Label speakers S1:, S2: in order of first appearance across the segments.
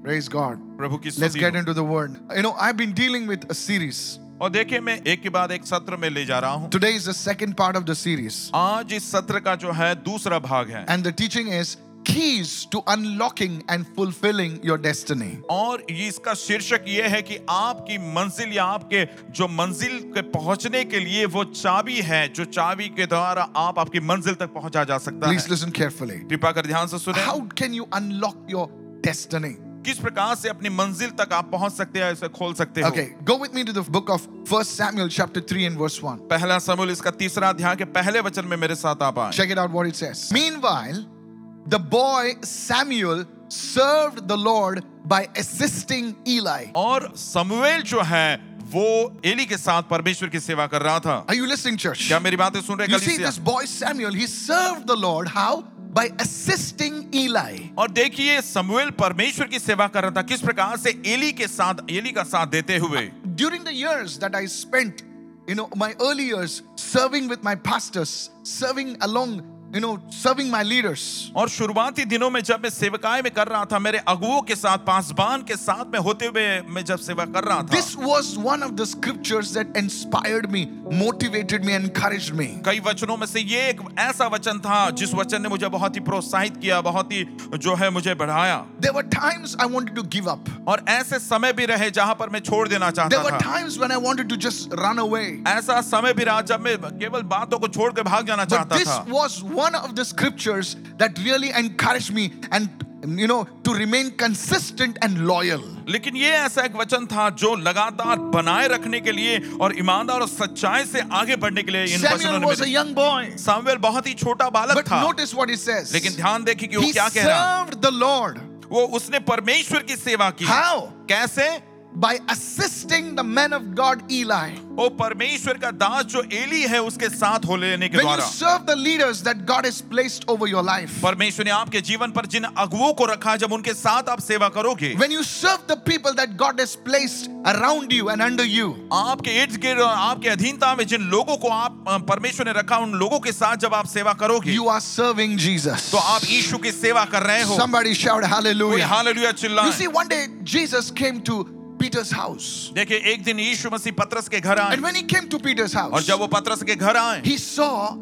S1: Praise God.
S2: प्रभु की
S1: Let's
S2: स्तुति
S1: get
S2: हो।
S1: into the word. You know, I've been dealing with a series.
S2: और देखिए मैं एक के बाद एक सत्र में ले जा रहा हूँ
S1: Today is the second part of the series.
S2: आज इस सत्र का जो है दूसरा भाग है
S1: And the teaching is keys to unlocking and fulfilling your destiny.
S2: और ये इसका शीर्षक ये है कि आपकी मंजिल या आपके जो मंजिल के पहुंचने के लिए वो चाबी है जो चाबी के द्वारा आप आपकी मंजिल तक पहुंचा जा सकता
S1: Please
S2: है
S1: listen carefully.
S2: कृपा कर ध्यान से सुने
S1: How can you unlock your destiny?
S2: किस प्रकार से अपनी मंजिल तक आप पहुंच सकते हैं इसे खोल सकते हो
S1: Okay, go with me to the book of 1 Samuel chapter 3 and verse 1.
S2: पहला समूल इसका तीसरा अध्याय के पहले वचन में मेरे साथ आप आए
S1: Check it out what it says. Meanwhile, the boy Samuel served the Lord by assisting Eli.
S2: और समवेल जो है वो एली के साथ परमेश्वर की सेवा कर रहा था
S1: Are you listening, church?
S2: क्या मेरी बातें सुन रहे
S1: You see,
S2: कलीसिया?
S1: this boy Samuel, he served the Lord how? By assisting Eli.
S2: और देखिए समवेल परमेश्वर की सेवा कर रहा था किस प्रकार से एली के साथ एली का साथ देते हुए
S1: During the years that I spent, you know, my early years serving with my pastors, serving along, you know, serving my leaders.
S2: और शुरुआती दिनों में जब मैं सेवकाएं में कर रहा था मेरे अगुओं के साथ पासबान के साथ में होते हुए मैं जब सेवा कर रहा था
S1: This was one of the scriptures that inspired me, motivated me, encouraged me.
S2: कई वचनों में से ये एक ऐसा वचन था जिस वचन ने मुझे बहुत ही प्रोत्साहित किया बहुत ही जो है मुझे बढ़ाया
S1: There were times I wanted to give up.
S2: और ऐसे समय भी रहे जहां पर मैं छोड़ देना
S1: There
S2: चाहता
S1: were
S2: था
S1: times when I wanted to just run away.
S2: ऐसा समय भी रहा जब मैं केवल बातों को छोड़कर भाग जाना
S1: But
S2: चाहता
S1: this
S2: था
S1: was one of the scriptures that really encouraged me and, you know, to remain consistent and loyal.
S2: लेकिन ये ऐसा एक वचन था जो लगातार बनाए रखने के लिए और ईमानदार और सच्चाई से आगे बढ़ने के लिए इन वचनों
S1: Samuel
S2: ने
S1: was a
S2: मेरे-
S1: young boy.
S2: सामुएल बहुत ही छोटा बालक
S1: But
S2: था
S1: notice what he says.
S2: लेकिन ध्यान देखिए कि वो
S1: He
S2: क्या कह रहा
S1: served the Lord
S2: वो उसने परमेश्वर की सेवा की
S1: How?
S2: कैसे
S1: by assisting the man of God Eli.
S2: वो परमेश्वर का दास जो एली है उसके साथ हो लेने के
S1: When you
S2: द्वारा
S1: serve the leaders that God has placed over your life,
S2: परमेश्वर ने आपके जीवन पर जिन अगुओं को रखा है जब उनके साथ आप सेवा करोगे
S1: when you serve the people that God has placed around you and under you,
S2: आपके इर्द गिर्द और आपके अधीनता में जिन लोगों को आप अ, परमेश्वर ने रखा उन लोगों के साथ जब आप सेवा करोगे
S1: you are serving Jesus.
S2: तो आप यीशु की सेवा कर रहे हो
S1: Somebody shout
S2: कोई
S1: hallelujah.
S2: हालेलुया चिल्ला
S1: You see, one day Jesus came to Peter's house.
S2: देखिए एक दिन यीशु मसीह पतरस के घर आए
S1: And when he came to Peter's
S2: और
S1: house,
S2: जब वो पतरस के घर आए
S1: he saw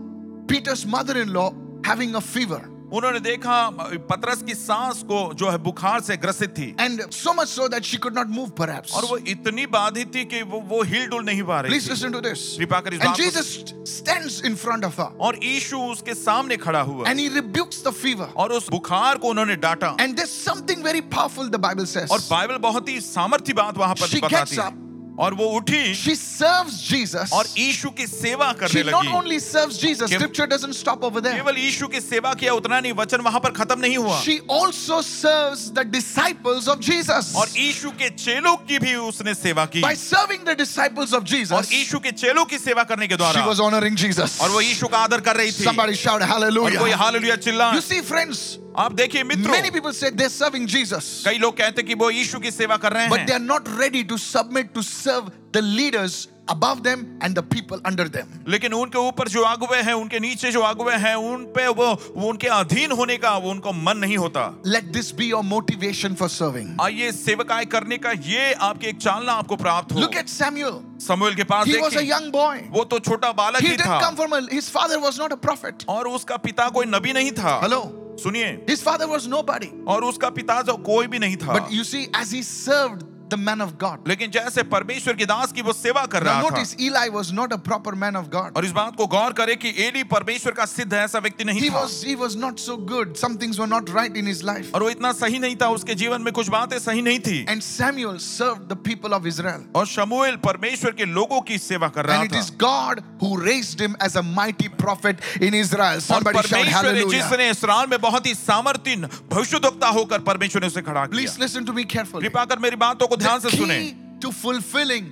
S1: Peter's mother in law having a fever.
S2: उन्होंने देखा पतरस की सांस को जो है बुखार से ग्रसित थी
S1: And so much so that she could not move, perhaps.
S2: और वो इतनी बाधित थी कि वो वो हिल डुल नहीं पा रही
S1: Please
S2: थी
S1: listen to this.
S2: कृपा कर इस
S1: And
S2: बात को-
S1: Jesus stands in front of her
S2: और यीशु उसके सामने खड़ा हुआ
S1: and he rebukes the fever.
S2: और उस बुखार को उन्होंने डांटा
S1: And there's something very powerful, the Bible says.
S2: और बाइबल बहुत ही सामर्थ्य बात वहां पर
S1: She
S2: बताती
S1: gets
S2: है और वो उठी
S1: She serves Jesus.
S2: और यीशु की सेवा
S1: She
S2: करने
S1: not
S2: लगी
S1: only serves Jesus,
S2: cave-
S1: scripture doesn't stop over there.
S2: केवल यीशु की सेवा किया उतना नहीं वचन वहां पर खत्म नहीं हुआ
S1: She also serves the disciples of Jesus.
S2: और यीशु के चेलों की भी उसने सेवा की
S1: By serving the disciples of
S2: और
S1: Jesus, she
S2: यीशु के चेलों की सेवा करने के द्वारा
S1: was honoring Jesus.
S2: और वो यीशु का आदर कर रही थी
S1: Somebody shout
S2: और कोई
S1: hallelujah.
S2: हालेलुया चिल्ला
S1: You see, friends,
S2: आप देखिए मित्रों
S1: many people say they're serving Jesus,
S2: कई लोग कहते कि वो यीशु की सेवा कर रहे
S1: but
S2: हैं
S1: they're not ready to submit to serve the leaders above them and the people under them.
S2: लेकिन उनके ऊपर जो अगुवे हैं उनके नीचे जो अगुवे हैं उन पे वो, वो उनके अधीन होने का वो उनको मन नहीं होता
S1: Let this be your motivation for serving.
S2: आइए सेवकाएं करने का ये आपकी एक चालना आपको प्राप्त हो
S1: Look at Samuel.
S2: समूएल के पास
S1: He was a
S2: देखिए
S1: young boy.
S2: वो तो छोटा बालक
S1: He
S2: ही
S1: didn't come
S2: था
S1: from a, his father was not a prophet.
S2: और उसका पिता कोई नबी नहीं था
S1: Hello.
S2: सुनिए
S1: His father was nobody.
S2: और उसका पिता जो कोई भी नहीं था
S1: But you see, as he served the man of God,
S2: लेकिन जैसे परमेश्वर के दास की वो सेवा कर
S1: now
S2: रहा था
S1: notice Eli was not a proper man of God.
S2: और इस बात को गौर करें कि एली परमेश्वर का सिद्ध ऐसा व्यक्ति नहीं
S1: he
S2: था
S1: was he was not so good some things were not right in his life
S2: और वो इतना सही नहीं था उसके जीवन में कुछ बातें सही नहीं थी
S1: and samuel served the people of israel
S2: और शमूएल परमेश्वर के लोगों की सेवा कर रहा
S1: and it
S2: था
S1: is god who raised him as a mighty prophet in israel
S2: और
S1: somebody shout
S2: परमेश्वर ने
S1: hallelujah
S2: जिसने इसराइल में बहुत ही सामर्थ्य भविष्यद्वक्ता होकर परमेश्वर ने उसे खड़ा
S1: please
S2: किया
S1: listen to me carefully
S2: कृपा कर मेरी बातों को ध्यान
S1: the
S2: से सुने
S1: key to fulfilling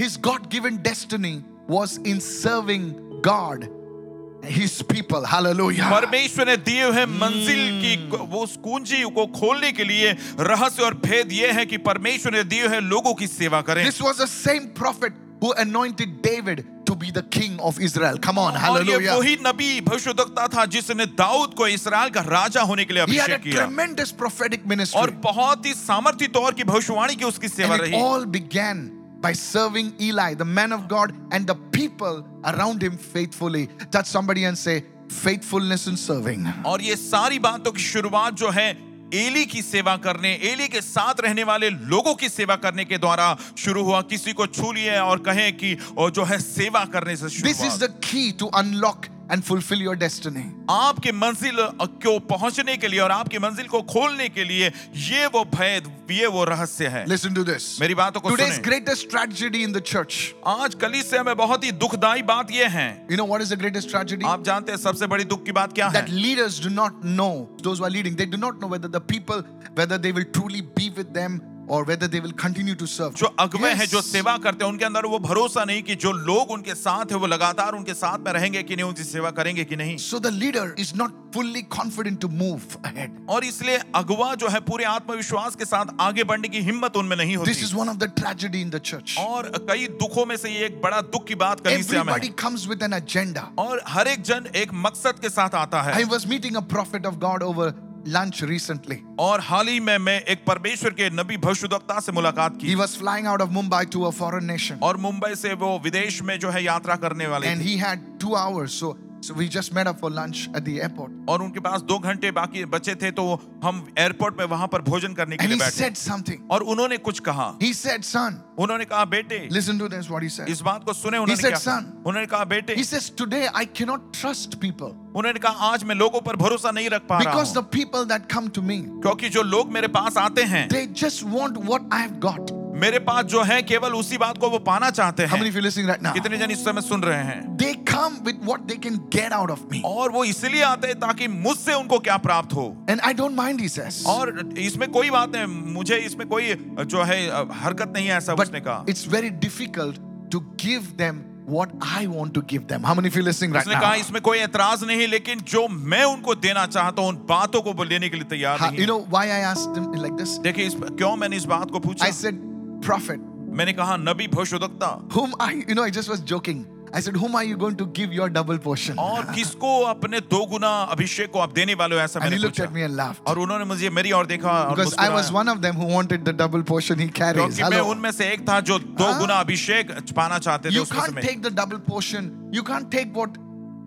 S1: his god-given destiny was in serving god and his people hallelujah
S2: परमेश्वर ने दिए हुए मंजिल की
S1: Hmm.
S2: वो उस कुंजी को खोलने के लिए रहस्य और भेद ये है कि परमेश्वर ने दिए हुए लोगों की सेवा करें
S1: this was the same prophet who anointed david to be the king of Israel. Come on,
S2: और ये
S1: hallelujah.
S2: वही नबी भविष्यद्वक्ता था जिसने दाऊद को इसराइल का राजा होने के लिए
S1: He had a
S2: अभिषेक किया
S1: tremendous prophetic
S2: और
S1: ministry.
S2: बहुत ही सामर्थ्य तौर की भविष्यवाणी की उसकी सेवा
S1: And it
S2: रही
S1: all began by serving Eli, the man of God, and the people around him faithfully. Touch somebody and say, faithfulness in serving.
S2: और ये सारी बातों की शुरुआत जो है एली की सेवा करने एली के साथ रहने वाले लोगों की सेवा करने के द्वारा शुरू हुआ किसी को छू लिए और कहें कि और जो है सेवा करने से शुरू
S1: This is the key to unlock and fulfill your destiny.
S2: आपके मंजिल को पहुंचने के लिए और आपकी मंजिल को खोलने के लिए ये वो भेद ये वो रहस्य है
S1: Listen to this.
S2: मेरी बातों को
S1: Today's
S2: सुने
S1: greatest tragedy in the church.
S2: आज कलीसिया में बहुत ही दुखदाई बात ये है
S1: You know what is the greatest tragedy?
S2: आप जानते हैं सबसे बड़ी दुख की बात क्या है
S1: That leaders do not know, those who are leading, they do not know whether the people, whether they will truly be with them or whether they will continue to serve.
S2: जो अगुवे हैं
S1: Yes.
S2: जो सेवा करते हैं उनके अंदर वो भरोसा नहीं कि जो लोग उनके साथ है वो लगातार उनके साथ में रहेंगे कि नहीं उनकी सेवा करेंगे कि नहीं
S1: So the leader is not fully confident to move ahead.
S2: और इसलिए अगुवा जो है पूरे आत्मविश्वास के साथ आगे बढ़ने की हिम्मत उनमें नहीं
S1: This
S2: होती
S1: is one of the tragedy in the church.
S2: और कई दुखों में से ये एक बड़ा दुख की बात कलीसिया में है।
S1: Everybody comes with an agenda.
S2: और हर एक जन एक मकसद के साथ आता
S1: I
S2: है
S1: was meeting a prophet of God over lunch recently.
S2: और हाल ही में मैं एक परमेश्वर के नबी भविष्यद्वक्ता से मुलाकात
S1: He
S2: की
S1: was flying out of Mumbai to a foreign nation.
S2: और मुंबई से वो विदेश में जो है यात्रा करने वाले
S1: And
S2: थे
S1: he had two hours. So, so we just met up for lunch at the airport.
S2: और उनके पास दो घंटे बाकी बचे थे तो हम एयरपोर्ट में वहां पर भोजन करने के
S1: And
S2: लिए
S1: he
S2: बैठे
S1: said something.
S2: और उन्होंने कुछ कहा
S1: He said, Son,
S2: उन्होंने कहा बेटे
S1: listen to this what he said.
S2: इस बात को सुने उन्होंने
S1: said,
S2: क्या
S1: "Son."
S2: उन्होंने कहा बेटे
S1: He says, Today I cannot trust people
S2: उन्होंने कहा आज मैं लोगों पर भरोसा नहीं रख पा रहा
S1: because the
S2: हूं
S1: people that come to me,
S2: क्योंकि जो लोग मेरे पास आते हैं
S1: they just want what I've got.
S2: मेरे पास जो है केवल उसी बात को वो पाना चाहते
S1: How many of
S2: हैं
S1: you listening right now?
S2: कितने जन इस समय सुन रहे हैं
S1: They come with what they can get out of me.
S2: और वो इसलिए आते हैं ताकि मुझसे उनको क्या प्राप्त हो
S1: And I don't mind, he says.
S2: और इसमें कोई बात नहीं मुझे इसमें कोई जो है हरकत नहीं है ऐसा
S1: But
S2: उसने कहा
S1: it's very difficult to give them what I want to give them. How many of you listening right
S2: उसने कहा
S1: now?
S2: इसमें कोई एतराज नहीं लेकिन जो मैं उनको देना चाहता हूं उन बातों को वो लेने के लिए तैयार
S1: Ha-
S2: नहीं
S1: You
S2: है
S1: know why I asked them like this?
S2: देखिए इस क्यों मैंने इस बात को पूछा
S1: I said, Prophet,
S2: मैंने कहा नबी भविष्यद्वक्ता
S1: whom I, you know, I just was joking. I said, Whom are you going to give your double portion?
S2: और किसको अपने दो गुना अभिषेक को आप देने वाले हो ऐसा
S1: And he
S2: मैंने
S1: looked
S2: पूछा
S1: at me and laughed.
S2: और उन्होंने मुझे मेरी और देखा और
S1: Because I was
S2: मुस्कुराया।
S1: one of them who wanted the double portion he carries.
S2: क्योंकि मैं
S1: Hello.
S2: उनमें से एक था जो दो
S1: हाँ।
S2: गुना अभिषेक पाना चाहते थे
S1: You
S2: उस
S1: can't
S2: समय
S1: take the double portion. You can't take what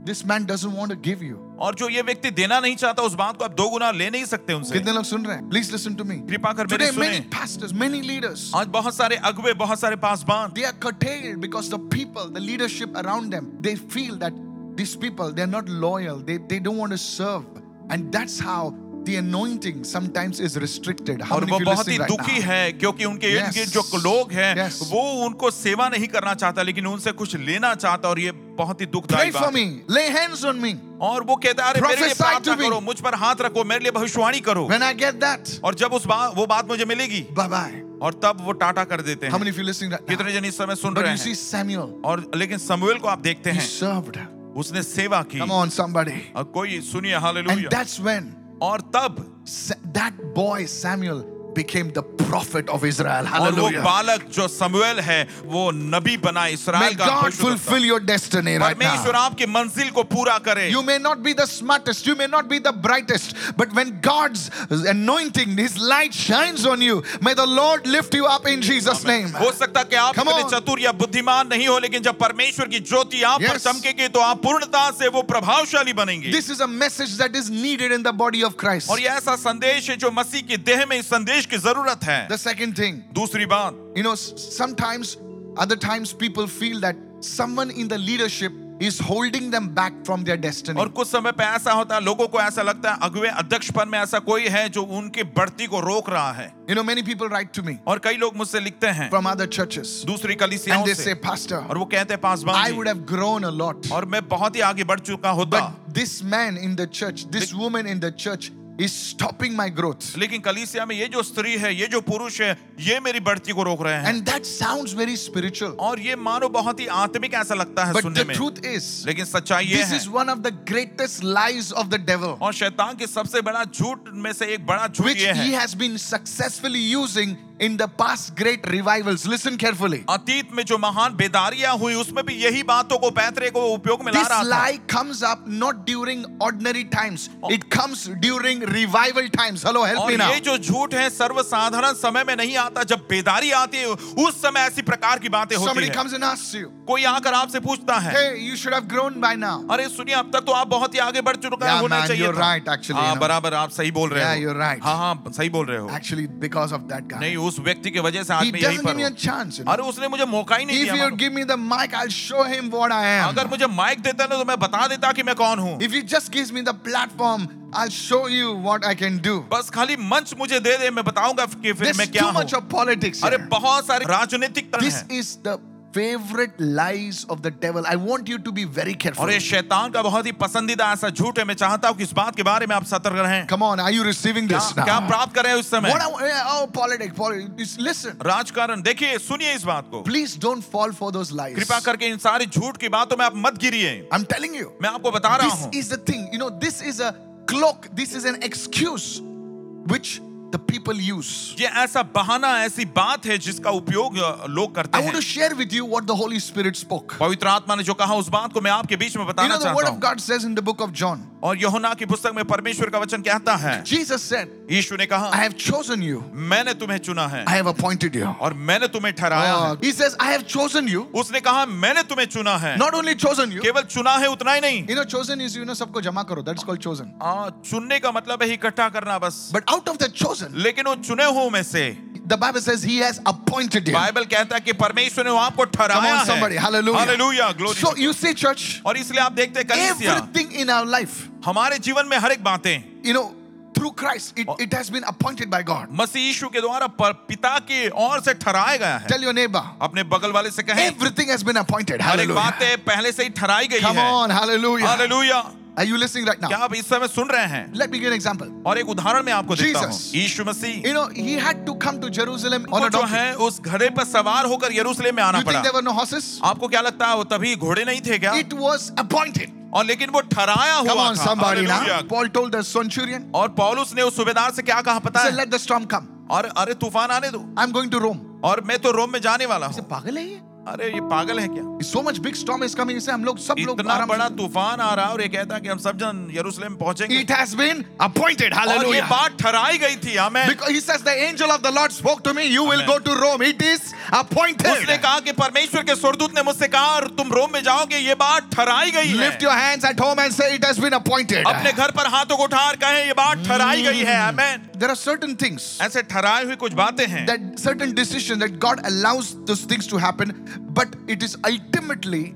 S1: this man doesn't want to give you.
S2: और जो ये व्यक्ति देना नहीं चाहता उस बात को आप दो गुना ले नहीं सकते उनसे
S1: कितने लोग सुन रहे हैं? Please listen to me.
S2: कृपा कर मेरी
S1: Today,
S2: सुने
S1: many pastors, many leaders,
S2: आज बहुत सारे अगुवे बहुत सारे Paswan
S1: they are curtailed because the people, the leadership around them, they feel that these people, they're not loyal, they, they don't want to serve. And that's how the anointing sometimes is restricted. How
S2: और
S1: many
S2: वो
S1: of you
S2: बहुत ही
S1: listening right
S2: दुखी
S1: now?
S2: है क्योंकि उनके
S1: Yes.
S2: इर्द गिर्द जो लोग हैं
S1: Yes.
S2: वो उनको सेवा नहीं करना चाहता लेकिन उनसे कुछ लेना चाहता और ये बहुत ही दुखदायी
S1: Pray for
S2: बात है।
S1: me, lay hands on me.
S2: और वो कहता है अरे मेरे लिए
S1: Prophesy
S2: प्रार्थना
S1: to me."
S2: करो मुझ पर हाथ रखो मेरे लिए भविष्यवाणी करो
S1: When I get that,
S2: और जब उस बात वो बात मुझे मिलेगी
S1: bye bye.
S2: और तब वो टाटा कर देते
S1: How
S2: हैं
S1: many of you listening right now?
S2: कितने जन इस समय सुन
S1: But
S2: रहे
S1: you see,
S2: हैं
S1: Samuel,
S2: और लेकिन समूएल को आप देखते
S1: he
S2: हैं
S1: served.
S2: उसने सेवा की
S1: Come on, somebody.
S2: और कोई सुनिए
S1: And
S2: हालेलुया
S1: that's when
S2: और तब
S1: Sa- that boy Samuel became the prophet of Israel.
S2: और वो
S1: Hallelujah.
S2: बालक जो समूएल है वो नबी बना
S1: May
S2: इसराइल का
S1: God
S2: भविष्यवक्ता।
S1: fulfill your destiny right
S2: परमेश्वर
S1: now.
S2: आपकी मंजिल को पूरा करे
S1: You may not be the smartest, you may not be the brightest, but when God's anointing, His light shines on you, may the Lord lift you up in Jesus' name.
S2: हो सकता है कि आप
S1: Come
S2: इतने
S1: on.
S2: चतुर या बुद्धिमान नहीं हो लेकिन जब परमेश्वर की ज्योति आप पर
S1: Yes.
S2: चमकेगी तो आप पूर्णता से वो प्रभावशाली बनेंगे
S1: This is a message that is needed in the body of Christ.
S2: और ये ऐसा संदेश है जो मसीह की देह में इस संदेश की जरूरत है
S1: The Hmm. second thing,
S2: दूसरी बात
S1: you know, s- sometimes, other times people feel that someone in the leadership is holding them back from their destiny.
S2: और कुछ समय पे ऐसा होता है लोगों को ऐसा लगता है अगुवे अध्यक्ष पद में ऐसा कोई है जो उनकी बढ़ती को रोक रहा है
S1: You know, many people write to me
S2: और कई लोग मुझसे लिखते हैं
S1: from other churches
S2: दूसरी
S1: and
S2: कलीसियाओं
S1: they say,
S2: से
S1: Pastor,
S2: और वो कहते हैं Paswan
S1: I
S2: ji,
S1: would have grown a lot.
S2: और मैं बहुत ही आगे बढ़ चुका होता
S1: But this man in the church, this woman in the church, is stopping my growth.
S2: लेकिन कलीसिया में ये जो स्त्री है ये जो पुरुष है ये मेरी बढ़ती को रोक रहे हैं
S1: And that sounds very spiritual.
S2: और ये मानो बहुत ही आत्मिक ऐसा लगता है
S1: But
S2: सुनने
S1: the
S2: में
S1: truth is,
S2: लेकिन सच्चाई ये
S1: this
S2: है
S1: is one of the greatest lies of the devil,
S2: और शैतान के सबसे बड़ा झूठ में से एक बड़ा झूठ
S1: which
S2: ये
S1: he
S2: है
S1: has been successfully using in the past great revivals. Listen carefully.
S2: अतीत में जो महान बेदारियां हुई उसमें भी यही बातों को पैतरे को वो उपयोग में ला
S1: This
S2: रहा था
S1: lie comes up not during ordinary times, it comes during revival times. Hello, help
S2: और
S1: me now.
S2: ये जो झूठ है सर्वसाधारण समय में नहीं आता जब बेदारी आती है उस समय ऐसी प्रकार की बातें होती
S1: Somebody
S2: है
S1: comes and asks you,
S2: कोई आकर आपसे पूछता है
S1: hey, you should have grown by now.
S2: अरे सुनिए अब तक तो आप बहुत ही आगे बढ़ चुके हैं
S1: Yeah,
S2: होना
S1: man,
S2: चाहिए
S1: you're
S2: था।
S1: right, actually,
S2: हाँ
S1: you know.
S2: बराबर आप सही बोल रहे
S1: Yeah,
S2: हो
S1: you're right.
S2: हाँ हाँ सही बोल रहे हो
S1: Actually, because of that guy.
S2: नहीं उस व्यक्ति की वजह से
S1: He
S2: आदमी यहीं
S1: doesn't give
S2: पर
S1: me a
S2: हो।
S1: chance. You know?
S2: अरे उसने मुझे मौका ही नहीं
S1: If
S2: दिया
S1: you give me the mic, I'll show him what I am.
S2: अगर मुझे माइक देता ना तो मैं बता देता कि मैं कौन हूँ
S1: If he just gives me the platform, I'll show you what I can do.
S2: बस खाली मंच मुझे दे दे मैं बताऊंगा कि फिर
S1: There's
S2: मैं क्या
S1: too
S2: हूँ
S1: much of politics.
S2: अरे
S1: here.
S2: बहुत सारे राजनीतिक तंत्र
S1: This
S2: हैं
S1: is the favorite lies of the devil. I want you to be very careful.
S2: और ये शैतान का बहुत ही पसंदीदा ऐसा झूठ है मैं चाहता हूँ कि इस बात के बारे में आप सतर्क रहें
S1: Come on, are you receiving
S2: क्या,
S1: this now?
S2: क्या प्राप्त कर रहे हैं उस समय
S1: What I, wa- yeah, oh, politics, politics. Listen,
S2: राजकारण देखिए सुनिए इस बात को
S1: please don't fall for those lies.
S2: कृपा करके इन सारी झूठ की बातों में आप मत गिरिए
S1: I'm telling you.
S2: मैं आपको बता रहा
S1: This
S2: हूँ
S1: is the thing. You know, this is a cloak. This is an excuse which the people use.
S2: ये ऐसा बहाना ऐसी बात है जिसका उपयोग अ, लोग करते
S1: I want
S2: हैं
S1: to share with you what the Holy Spirit spoke.
S2: पवित्र आत्मा ने जो कहा उस बात को मैं आपके बीच में
S1: You
S2: बताना
S1: know, the Word
S2: चाहता
S1: of
S2: हूँ
S1: God says in the book of John,
S2: और यहोना की पुस्तक में परमेश्वर का वचन कहता है
S1: Jesus said,
S2: यीशु ने
S1: I
S2: कहा
S1: have chosen you,
S2: मैंने तुम्हें चुना है
S1: I have appointed you. Uh,
S2: और मैंने तुम्हें ठहराया है
S1: he says, I have chosen you.
S2: उसने कहा मैंने तुम्हें चुना है
S1: Not only chosen you,
S2: केवल चुना है उतना ही नहीं
S1: you know, chosen is, you know, sabko jama karo. That's called chosen.
S2: आ, चुनने का मतलब है इकट्ठा करना बस
S1: But out of the chosen,
S2: लेकिन उन चुने हुओं में से
S1: the Bible says he has appointed you.
S2: Bible कहता है कि परमेश्वर ने आपको
S1: Come
S2: ठहराया
S1: on, somebody.
S2: है
S1: Hallelujah.
S2: Hallelujah glory
S1: So you see, church,
S2: और इसलिए आप देखते हैं कलीसिया
S1: everything in our life,
S2: हमारे जीवन में हर एक बातें
S1: you know, through Christ, it, it has been appointed by God.
S2: मसीह यीशु के द्वारा पर पिता की ओर से ठहराया गया है
S1: Tell your neighbor,
S2: अपने बगल वाले से कहें
S1: everything has been appointed.
S2: हर एक
S1: Hallelujah.
S2: बातें पहले से ही ठहराई गई
S1: Come
S2: है
S1: on, hallelujah.
S2: Hallelujah
S1: Are you listening right
S2: क्या
S1: now?
S2: आप इस समय सुन रहे हैं
S1: Let me give you an example.
S2: और एक उदाहरण मैं आपको देता हूँ
S1: Jesus.
S2: यीशु मसीह
S1: You know, he had to come to Jerusalem on
S2: को
S1: a
S2: जो
S1: donkey.
S2: है उस घड़े पर सवार होकर यरूशलेम में आना
S1: You
S2: पड़ा
S1: think there were no horses?
S2: आपको क्या लगता है वो तभी घोड़े नहीं थे क्या
S1: It was appointed.
S2: और लेकिन वो ठहराया
S1: Come
S2: हुआ
S1: on,
S2: था
S1: somebody now.
S2: Hallelujah.
S1: Paul told the centurion,
S2: और पौलुस ने उस सूबेदार से क्या कहा पता
S1: he said,
S2: है
S1: let the storm come.
S2: और अरे तूफान आने दो
S1: I'm going to Rome.
S2: और मैं तो रोम में जाने वाला
S1: He
S2: हूँ
S1: said, पागल है ये?
S2: अरे ये पागल है क्या
S1: So much big storm is coming. He said, हम लोग सब लोग
S2: इतना
S1: आराम से-
S2: बड़ा तूफान आ रहा है और ये कहता है कि हम सब जन यरूशलेम पहुंचेंगे
S1: It has been appointed.
S2: और ये
S1: Hallelujah.
S2: बात ठहराई गई थी हमें
S1: Because he says, the angel of the Lord spoke to me, you will
S2: Amen.
S1: go to Rome. It is
S2: उसने
S1: appointed.
S2: कहा कि परमेश्वर के स्वर्गदूत ने मुझसे कहा और तुम रोम में जाओगे ये बात ठहराई गई है
S1: Lift your hands at home and say, it has been appointed.
S2: अपने घर पर हाथों को उठा और कहें ये बात ठहराई गई है amen
S1: There are certain things
S2: ऐसे ठहराई हुई कुछ बातें हैं
S1: Hmm. that certain decision that God allows those things to happen, but it is ultimately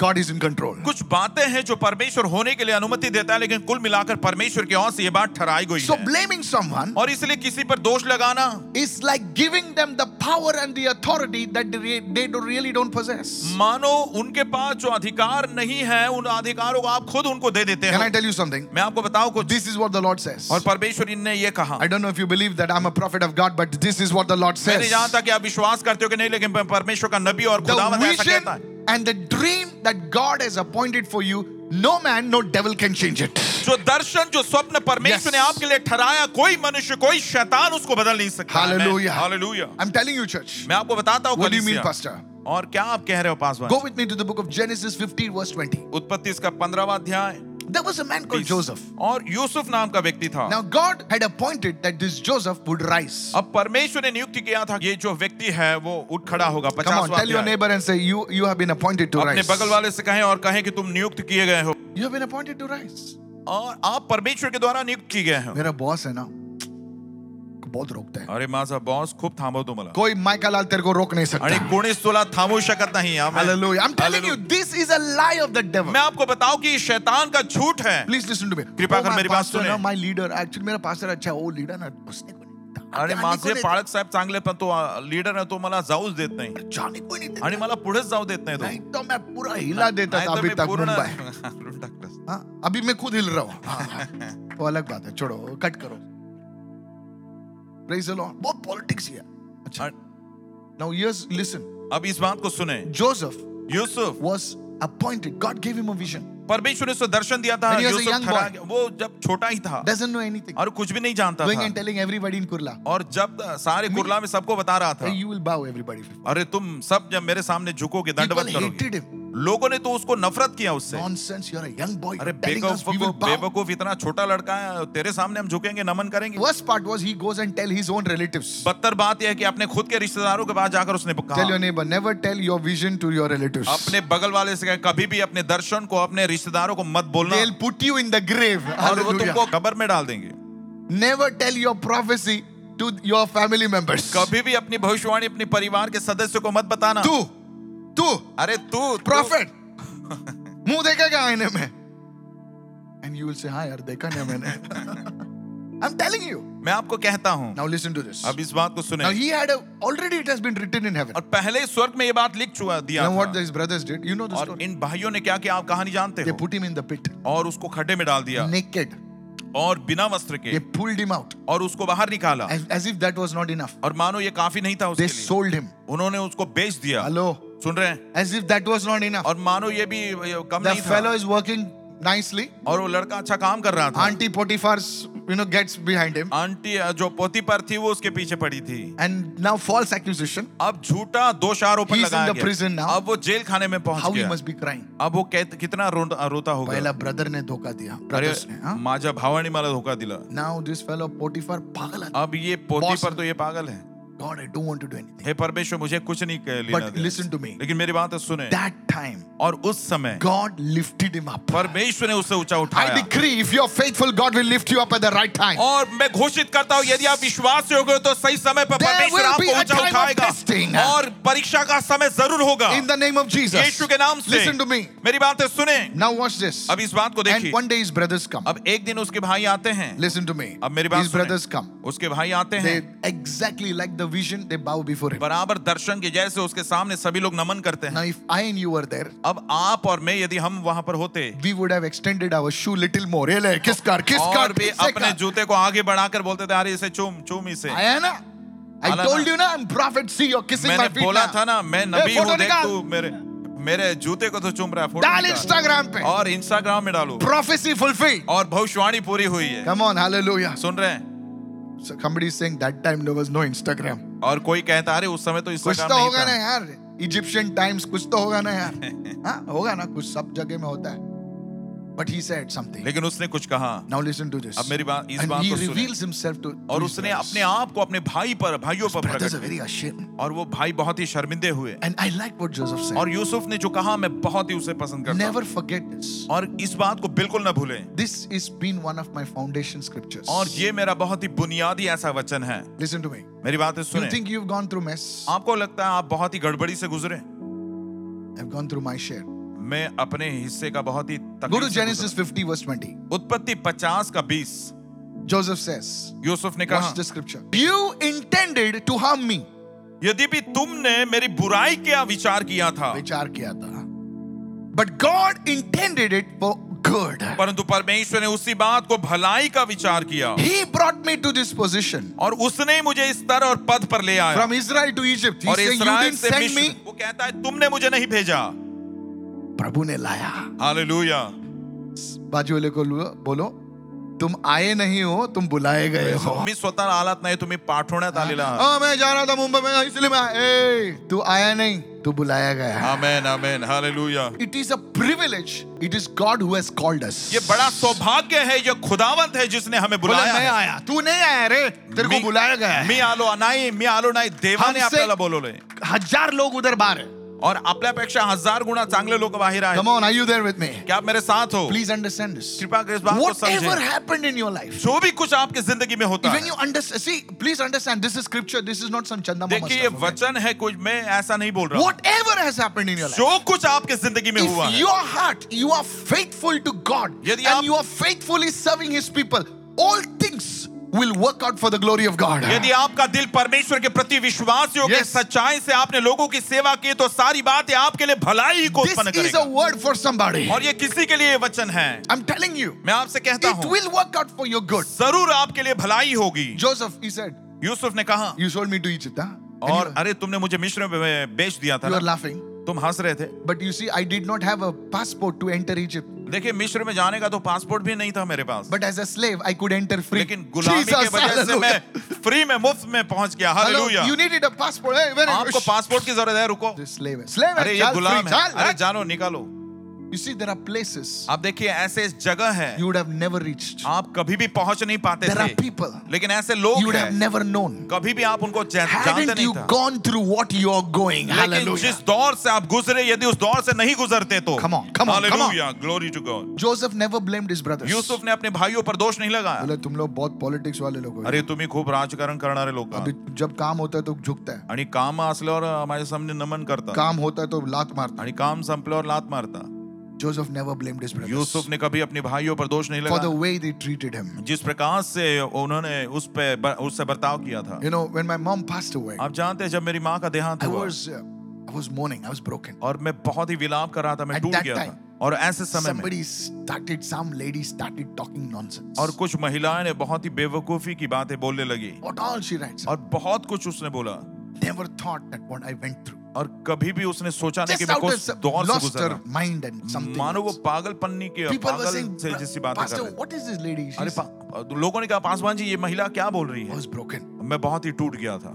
S1: God is in control.
S2: कुछ बातें हैं जो परमेश्वर होने के लिए अनुमति देता है लेकिन कुल मिलाकर परमेश्वर की ओर से ये बात ठहराई गई
S1: So
S2: है
S1: blaming someone
S2: और इसलिए किसी पर दोष लगाना
S1: is like giving them the power and the authority that they re- they don't really don't possess.
S2: मानो उनके पास जो अधिकार नहीं है उन अधिकारों को आप खुद उनको दे देते
S1: Can I
S2: हैं
S1: tell you something?
S2: मैं आपको बताऊं कुछ
S1: This is what the Lord says.
S2: और परमेश्वर ने ये कहा
S1: I don't know if you believe that I'm a prophet of God, but this is what the Lord
S2: मैंने
S1: says.
S2: जानता कि आप विश्वास करते हो कि नहीं लेकिन परमेश्वर का नबी और
S1: The
S2: खुदावंद ऐसा कहता है
S1: vision and the dream that God has appointed for you, no man, no devil can change it.
S2: जो दर्शन जो स्वप्न परमेश्वर
S1: Yes.
S2: ने आपके लिए ठहराया कोई मनुष्य कोई शैतान उसको बदल नहीं सकता
S1: Hallelujah.
S2: Hallelujah
S1: I'm telling you, church.
S2: मैं आपको बताता हूँ
S1: What do you mean,
S2: कलीसिया।
S1: Pastor?
S2: और क्या आप कह रहे हो
S1: Go
S2: Paswan
S1: with me to the book of Genesis 15, verse 20.
S2: उत्पत्ति इसका पंद्रहवा अध्याय
S1: There was a man called Joseph.
S2: और यूसुफ नाम का व्यक्ति था
S1: Now, God had appointed that this Joseph would rise.
S2: अब परमेश्वर ने नियुक्ति किया था कि ये जो व्यक्ति है वो उठ खड़ा होगा
S1: Come on,
S2: पचासवा
S1: tell your
S2: अध्याय।
S1: neighbor and say, You, you have been appointed to
S2: अपने
S1: rise.
S2: बगल वाले से कहें और कहें कि तुम नियुक्त किए गए हो
S1: You have been appointed to rise.
S2: और आप परमेश्वर के द्वारा नियुक्त किए गए हो
S1: मेरा बॉस है ना बहुत रोकता है
S2: अरे माझा बॉस खूप थांबवतो मला
S1: कोई माइका लाल तेरे को रोक नहीं
S2: आणि
S1: सकता
S2: कोणीच तुला थांबवू शकत नाही आमेन.
S1: Hallelujah. I'm telling you,
S2: Hallelujah.
S1: this is a lie of the devil.
S2: मैं आपको बताऊं कि ये शैतान का झूठ है
S1: Please listen to me.
S2: कृपा
S1: Oh,
S2: कर
S1: my
S2: मेरी बात
S1: pastor
S2: सुने।
S1: ना, my leader. Actually, मेरा pastor अच्छा है, वो leader ना, उसने कोणी देता.
S2: अरे
S1: जाने
S2: माझे
S1: कोणी-
S2: पाळक साहेब चांगले पण तो लीडर आहे तो मला जाऊच देत नाही
S1: जाने कोणी देता.
S2: आणि मला पुढेच जाऊ देत नाही तो
S1: नहीं तो मैं पूरा हिला देता
S2: नाही
S1: था
S2: तर
S1: अभी
S2: मी
S1: तक
S2: पूर्ण
S1: मुंबई
S2: हाणून टाकलंच.
S1: हाँ, अभी मैं खुद हिल रहा हूँ हाँ, हाँ. वो अलग बात है छोड़ो कट करो प्रेज द लॉर्ड बहुत पॉलिटिक्स है
S2: और
S1: नाउ यस लिसन
S2: अब इस बात को सुने
S1: Joseph
S2: Yusuf
S1: was appointed god gave him a vision
S2: परमेश्वर ने उसे दर्शन दिया था
S1: When he was a
S2: Yusuf
S1: young
S2: ठहरा
S1: boy.
S2: गया। वो जब छोटा ही था
S1: doesn't know anything
S2: और कुछ भी नहीं जानता
S1: going and
S2: अच्छा था
S1: telling everybody in kurla
S2: और जब सारे कुरला में सबको बता रहा
S1: "Hey,
S2: था
S1: you will bow everybody before
S2: अरे तुम सब जब मेरे सामने झुकोगे
S1: people
S2: दंडवत करोगे
S1: hated him
S2: लोगों ने तो उसको नफरत किया उससे
S1: nonsense you're a young boy
S2: अरे
S1: you're telling us we will
S2: बेवकूफ
S1: bow
S2: बेवकूफ इतना छोटा लड़का है तेरे सामने हम झुकेंगे नमन करेंगे
S1: worst part was he goes and tell his own relatives
S2: बदतर बात यह है कि अपने खुद के रिश्तेदारों के पास जाकर उसने
S1: tell
S2: कहा
S1: your neighbor never tell your vision to your relatives
S2: हाँ। अपने बगल वाले से कहा कभी भी अपने दर्शन को अपने रिश्तेदारों को मत बोलना
S1: they'll put you in the grave
S2: और वो तो
S1: Hallelujah.
S2: तुमको कबर में डाल देंगे
S1: never tell your prophecy to your family members
S2: कभी भी अपनी भविष्यवाणी अपने परिवार के सदस्य को मत बताना
S1: तू तू
S2: अरे तू तू-
S1: प्रॉफिट मुंह देखा क्या आईने में एंड यू विल से हाँ यार देखा नहीं मैंने आई एम टेलिंग यू
S2: मैं आपको कहता हूँ
S1: Now listen to this.
S2: अब इस बात को
S1: Now
S2: सुने
S1: he had a already it has been written in heaven.
S2: और पहले ही स्वर्ग में ये बात लिख चुका
S1: You
S2: दिया
S1: know what
S2: था।
S1: his brothers did? You know the
S2: और
S1: story.
S2: इन भाइयों ने क्या किया आप कहानी जानते
S1: They
S2: हो
S1: put him in the pit,
S2: और उसको खड्डे में डाल दिया
S1: naked.
S2: और बिना वस्त्र के
S1: They pulled him out,
S2: और उसको बाहर निकाला
S1: as, as if that was not enough.
S2: और मानो ये काफी नहीं था
S1: They
S2: उसके लिए
S1: sold him.
S2: उन्होंने उसको बेच दिया
S1: Hello.
S2: सुन रहे हैं
S1: As if that was not enough.
S2: और मानो ये भी ये कम
S1: The
S2: नहीं
S1: fellow
S2: था
S1: is working nicely.
S2: और वो लड़का अच्छा काम कर रहा था
S1: Auntie Potiphar's, you know, gets behind him,
S2: aunty जो पोती पर थी वो उसके पीछे पड़ी थी
S1: and now false accusation.
S2: अब झूठा दोषारोपण
S1: He's in
S2: लगाया
S1: the prison
S2: गया
S1: now.
S2: अब वो जेल खाने में
S1: How
S2: पहुंच
S1: he
S2: गया
S1: must be crying.
S2: अब वो कैद- कितना रो- रोता होगा
S1: पहला brother ने धोखा दिया.
S2: अरे
S1: Brothers ने. हाँ?
S2: माझा भावानी मला धोखा दिला
S1: Now this fellow Potiphar पागल है.
S2: अब ये पोती
S1: Boss-
S2: पर तो ये पागल है
S1: God, I don't want to do anything.
S2: हे परमेश्वर मुझे कुछ नहीं कह लेना
S1: But
S2: देना।
S1: listen to me.
S2: लेकिन मेरी बात सुने
S1: That time.
S2: और उस समय
S1: God lifted him up.
S2: परमेश्वर ने उसे ऊंचा
S1: I
S2: उठाया
S1: decree if you're faithful, God will lift you up at the right time.
S2: और मैं घोषित करता हूँ यदि आप विश्वास से होगे तो सही समय पर
S1: There
S2: परमेश्वर
S1: will be
S2: आपको
S1: a
S2: ऊंचा
S1: time of testing.
S2: उठाएगा और परीक्षा का समय जरूर होगा
S1: In the name of Jesus.
S2: यीशु के नाम से
S1: Listen to me.
S2: मेरी बातें सुने
S1: Now watch this.
S2: अब इस बात को
S1: And
S2: देखिए
S1: one day his brothers come.
S2: अब एक दिन उसके भाई आते हैं
S1: Listen to me.
S2: अब मेरी बात
S1: His
S2: सुने।
S1: brothers come.
S2: उसके भाई आते हैं
S1: They exactly like the vision, they bow before him.
S2: बराबर दर्शन के जैसे उसके सामने सभी लोग नमन करते हैं
S1: Now, if I and you were there,
S2: अब आप और मैं यदि हम वहां पर होते
S1: we would have extended our shoe little more. ये ले, किस कर, किस कर,
S2: और भी
S1: किस
S2: अपने
S1: कर।
S2: जूते को आगे बढ़ाकर बोलते थे अरे इसे चूम चूम इसे
S1: आया ना? I
S2: आला
S1: told
S2: ना।
S1: you ना, I'm prophet, see you're kissing
S2: मैंने
S1: my feet
S2: बोला
S1: ना।
S2: था ना मैं
S1: ए,
S2: नबी
S1: फोटो
S2: हूँ देख
S1: निकाल।
S2: तू मेरे मेरे जूते को तो चूम रहा है फोटो
S1: डाल
S2: निकाल।
S1: Instagram पे।
S2: और इंस्टाग्राम में डालो
S1: Prophecy fulfilled.
S2: और भविष्यवाणी पूरी हुई है
S1: Come on, hallelujah.
S2: सुन रहे हैं
S1: So somebody is saying that time there was no Instagram.
S2: और कोई कहता अरे उस समय तो
S1: कुछ तो
S2: इंस्टाग्राम
S1: होगा ना
S2: नहीं था
S1: यार इजिप्शियन टाइम्स कुछ तो होगा ना यार हाँ होगा ना कुछ सब जगह में होता है बट ही सेड समथिंग
S2: लेकिन उसने कुछ कहा
S1: नाउ लिसन टू दिस
S2: अब मेरी बात- इस बात
S1: he
S2: को सुने।
S1: reveals himself to
S2: और उसने अपने आप को अपने भाई पर भाइयों पर
S1: brothers are
S2: प्रकट
S1: very ashamed
S2: और वो भाई बहुत ही शर्मिंदे हुए
S1: and I like what Joseph said
S2: और यूसुफ ने जो कहा मैं बहुत ही उसे पसंद करता हूं।
S1: never forget this
S2: और इस बात को बिल्कुल ना भूलें
S1: this has been one of my foundation scriptures
S2: और ये मेरा बहुत ही बुनियादी ऐसा वचन है
S1: listen to me
S2: मेरी बातें
S1: you
S2: सुने
S1: think you've gone through mess
S2: आपको लगता है आप बहुत ही गड़बड़ी से गुजरे
S1: I've gone through my share
S2: मैं अपने हिस्से का बहुत ही तकलीफ
S1: go to
S2: से
S1: Genesis 50 verse 20
S2: गुजरा। उत्पत्ति 50 का 20
S1: Joseph says
S2: यूसुफ ने
S1: watch
S2: कहा
S1: the scripture you intended to harm me
S2: यदि भी तुमने मेरी बुराई क्या विचार किया था
S1: विचार किया था but God intended it for good
S2: परंतु परमेश्वर ने उसी बात को भलाई का विचार किया
S1: he brought me to this position
S2: और उसने ही मुझे इस तरह और पद पर ले आया
S1: फ्रॉम इजराइल टू इजिप्ट
S2: और इसराइल से
S1: सेंड मी
S2: मिस्र- वो कहता है तुमने मुझे नहीं भेजा
S1: प्रभु ने लाया
S2: हालेलूया
S1: बाजू वाले को लो- बोलो तुम आए नहीं हो तुम बुलाए गए हो
S2: मी स्वतः आलात नाही तुम्ही पाठवण्यात आलेला आहात.
S1: ओ, हाँ, मैं जा रहा था मुंबई में इसलिए मैं आया। ए, तू आया नहीं तू बुलाया गया
S2: amen amen hallelujah
S1: it is a privilege it is God who has called us
S2: ये बड़ा सौभाग्य है ये खुदावंत है जिसने हमें बुलाया
S1: मैं
S2: है
S1: आया तू नाही आया रे तेरे को
S2: मी-
S1: बुलाया गया है
S2: मी आलो नाही मी आलो नाही देवाने
S1: हमसे-
S2: आपल्याला बोलवलंय
S1: हजार लोग उधर बाहर है
S2: और आपल्यापेक्षा हजार गुणा चांगले लोक बाहेर
S1: कम
S2: आहेत
S1: on are you there with me
S2: क्या आप मेरे साथ हो
S1: Please understand this.
S2: कृपा कर इस बात को
S1: Whatever
S2: समझें हाँ।
S1: happened in your life,
S2: जो भी कुछ आपकी जिंदगी में होता
S1: when
S2: है
S1: you understand, see, please understand, this is scripture. This is not some Chanda Mama
S2: देखिए ये
S1: stuff. okay?
S2: वचन है कुछ मैं ऐसा नहीं बोल रहा हूं।
S1: Whatever has happened in your life,
S2: जो कुछ आपकी जिंदगी में हुआ
S1: if
S2: है
S1: your heart, you are faithful to God,
S2: यदि
S1: and
S2: आप-
S1: you are faithfully serving His people, all things will work out for the glory of God.
S2: यदि आपका दिल परमेश्वर के प्रति विश्वास योग्य
S1: Yes.
S2: सच्चाई से आपने लोगों की सेवा की तो सारी बातें आपके लिए भलाई को
S1: This
S2: उत्पन्न
S1: is a
S2: करेगा
S1: word for somebody.
S2: और ये किसी के लिए वचन है
S1: I'm telling you,
S2: मैं आपसे कहता
S1: it
S2: हूँ
S1: will work out for your good.
S2: जरूर आपके लिए भलाई होगी
S1: Joseph, he said,
S2: यूसुफ ने कहा
S1: You sold me to Egypt, huh? And
S2: और
S1: you-
S2: अरे तुमने मुझे मिस्र में बेच दिया था
S1: you are
S2: ना
S1: laughing.
S2: तुम हंस रहे थे
S1: But you see, I did not have a passport to enter Egypt.
S2: देखिए मिस्र में जाने का तो पासपोर्ट भी नहीं था मेरे पास
S1: But as a slave, I could enter free.
S2: लेकिन गुलामी के वजह से मैं फ्री में मुफ्त में पहुंच गया
S1: Hello,
S2: hallelujah
S1: you needed a passport. Hey, where are you?
S2: आपको
S1: Shh,
S2: पासपोर्ट की जरूरत है रुको
S1: This slave. है. Slave. है,
S2: अरे ये
S1: चल,
S2: गुलाम
S1: free,
S2: है
S1: चल,
S2: अरे
S1: हट.
S2: जानो निकालो
S1: You see, there are places
S2: आप देखिए ऐसे जगह है
S1: you would have never reached.
S2: आप कभी भी पहुंच नहीं पाते
S1: There are
S2: थे
S1: people
S2: लेकिन ऐसे
S1: you
S2: लोग
S1: would have
S2: हैं,
S1: never known.
S2: कभी भी आप उनको जा- जानते
S1: Hadn't
S2: नहीं
S1: you
S2: था
S1: gone through what you're going?
S2: लेकिन
S1: Hallelujah.
S2: जिस दौर से आप गुजरे यदि उस दौर से नहीं गुजरते तो
S1: Come on, come on, come on.
S2: Glory to God
S1: Joseph never blamed his brothers.
S2: यूसुफ ने अपने भाइयों पर दोष नहीं लगाया
S1: बोले तुम लोग बहुत पॉलिटिक्स वाले लोग हो
S2: अरे तुम्ही खूप राजकारण करणारे लोक आहात."
S1: अभी जब काम होता है तो झुकता है
S2: आणि काम असल्यावर माझ्या सामने नमन करता
S1: काम होता है तो लात मारता
S2: आणि काम संपल्यावर लात मारता
S1: है Joseph never blamed his brothers
S2: यूसुफ ने कभी अपने भाइयों पर दोष नहीं
S1: for the
S2: लगाया
S1: way they treated him.
S2: जिस प्रकार से उन्होंने उस पे ब- उससे बर्ताव किया था
S1: You know, when my mom passed away,
S2: आप जानते हैं जब मेरी माँ का देहांत
S1: I
S2: हुआ
S1: was uh, I was mourning, I was broken.
S2: और मैं बहुत ही विलाप कर रहा था मैं
S1: At
S2: टूट
S1: that
S2: गया था
S1: time,
S2: और ऐसे समय में
S1: Somebody started, some lady started talking nonsense.
S2: और कुछ महिलाएं ने बहुत ही बेवकूफी की बातें बोलने लगी
S1: what all she writes,
S2: और बहुत कुछ उसने बोला
S1: never thought that what I went through.
S2: और कभी भी उसने सोचा नहीं कि
S1: Just
S2: मैं
S1: out of
S2: कुछ
S1: some-
S2: दौर से
S1: lost
S2: गुजर
S1: her
S2: रहा
S1: mind and
S2: हूं।
S1: something.
S2: मानो वो
S1: else.
S2: पागल की
S1: People were
S2: पागल
S1: saying,
S2: से जैसी बातें कर
S1: Pastor,
S2: रहे थे
S1: what is this lady? She's,
S2: अरे पा- लोगों ने कहा पासवान जी ये महिला क्या बोल रही
S1: I
S2: है
S1: was broken.
S2: मैं बहुत ही टूट गया था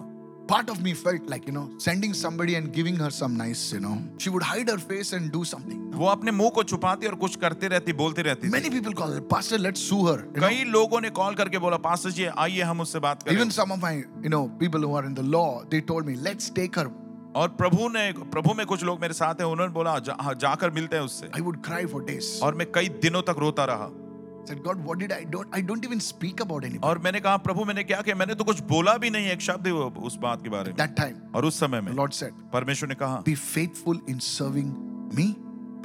S1: Part of me felt like, you know, sending somebody and giving her some nice, you know. She would hide her face and do something.
S2: वो अपने मुंह को छुपाती और कुछ करते रहती बोलती रहती थी।
S1: Many people call her, Pastor, let's sue her. You know?
S2: कई लोगों ने कॉल करके बोला पास्टर जी आइए हम उससे बात करें
S1: Even some of my, you know, people who are in the law, they told me, let's take her.
S2: और प्रभु ने प्रभु में कुछ लोग मेरे साथ हैं उन्होंने बोला जा, हाँ, जाकर मिलते हैं उससे
S1: I would cry for days.
S2: और मैं कई दिनों तक रोता रहा
S1: said, God, what did I don't? I don't even speak about anybody.
S2: और मैंने कहा प्रभु मैंने क्या किया मैंने तो कुछ बोला भी नहीं एक शब्द वो- उस बात के बारे में
S1: That time,
S2: और उस समय
S1: the
S2: में
S1: Lord said,
S2: परमेश्वर ने कहा
S1: Be faithful in serving me,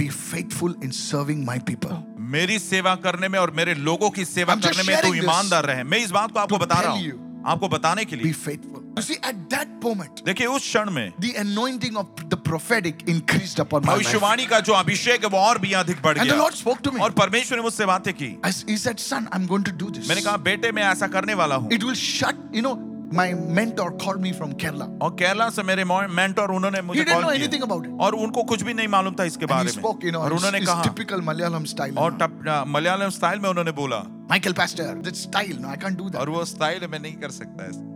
S1: be faithful in serving my people.
S2: मेरी सेवा करने में और मेरे लोगों की सेवा
S1: I'm just
S2: करने में तू
S1: sharing this
S2: ईमानदार रहे मैं इस बात को आपको बता रहा
S1: tell
S2: हूँ आपको बताने के लिए
S1: Be faithful. You see, at that moment,
S2: देखिए उस क्षण में
S1: the anointing of the prophetic increased upon my life.
S2: भविष्यवाणी का जो अभिषेक है वो और भी अधिक बढ़
S1: And the
S2: गया
S1: Lord spoke to me.
S2: और परमेश्वर ने मुझसे बातें की
S1: I s- he said, Son, I'm going to do this.
S2: मैंने कहा बेटे मैं ऐसा करने वाला हूँ
S1: It will shut, you know, my mentor called me from Kerala.
S2: और केरला से मेरे मेंटर उन्होंने
S1: He
S2: मुझे
S1: didn't know
S2: कॉल
S1: anything
S2: किया
S1: about it.
S2: और उनको कुछ भी नहीं मालूम था इसके
S1: And he
S2: बारे में
S1: spoke, you know,
S2: और
S1: his,
S2: उन्होंने
S1: his
S2: कहा
S1: typical Malayalam style. you
S2: और
S1: know.
S2: टप- अ, मलयालम स्टाइल में उन्होंने बोला
S1: Michael Pastor, that style, no, I can't do that.
S2: और वो स्टाइल मैं नहीं कर सकता ऐसे।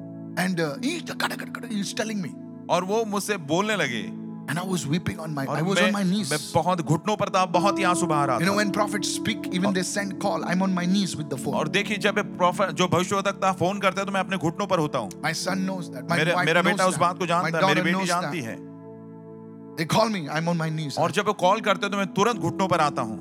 S1: And uh, he, kada, kada, kada, he's telling me.
S2: और वो मुझसे बोलने लगे
S1: And I was weeping on my, I
S2: और
S1: was
S2: मैं,
S1: on my knees.
S2: मैं बहुत घुटनों पर था बहुत ही आंसू बहा रहा
S1: You
S2: था
S1: know, when prophets speak, even they send call. I'm on my knees with the phone.
S2: और देखिए जब ये prophet- जो भविष्यवक्ता फोन करता है तो मैं अपने घुटनों पर होता हूँ
S1: My son knows that. My
S2: मेरा
S1: wife
S2: मेरा
S1: knows
S2: बेटा उस
S1: that.
S2: बात को
S1: my
S2: जानता है मेरी
S1: daughter
S2: बेटी
S1: knows
S2: जानती
S1: that.
S2: है
S1: They call me. I'm on my knees.
S2: और जब वो कॉल करते हैं तो मैं तुरंत घुटनों पर आता हूँ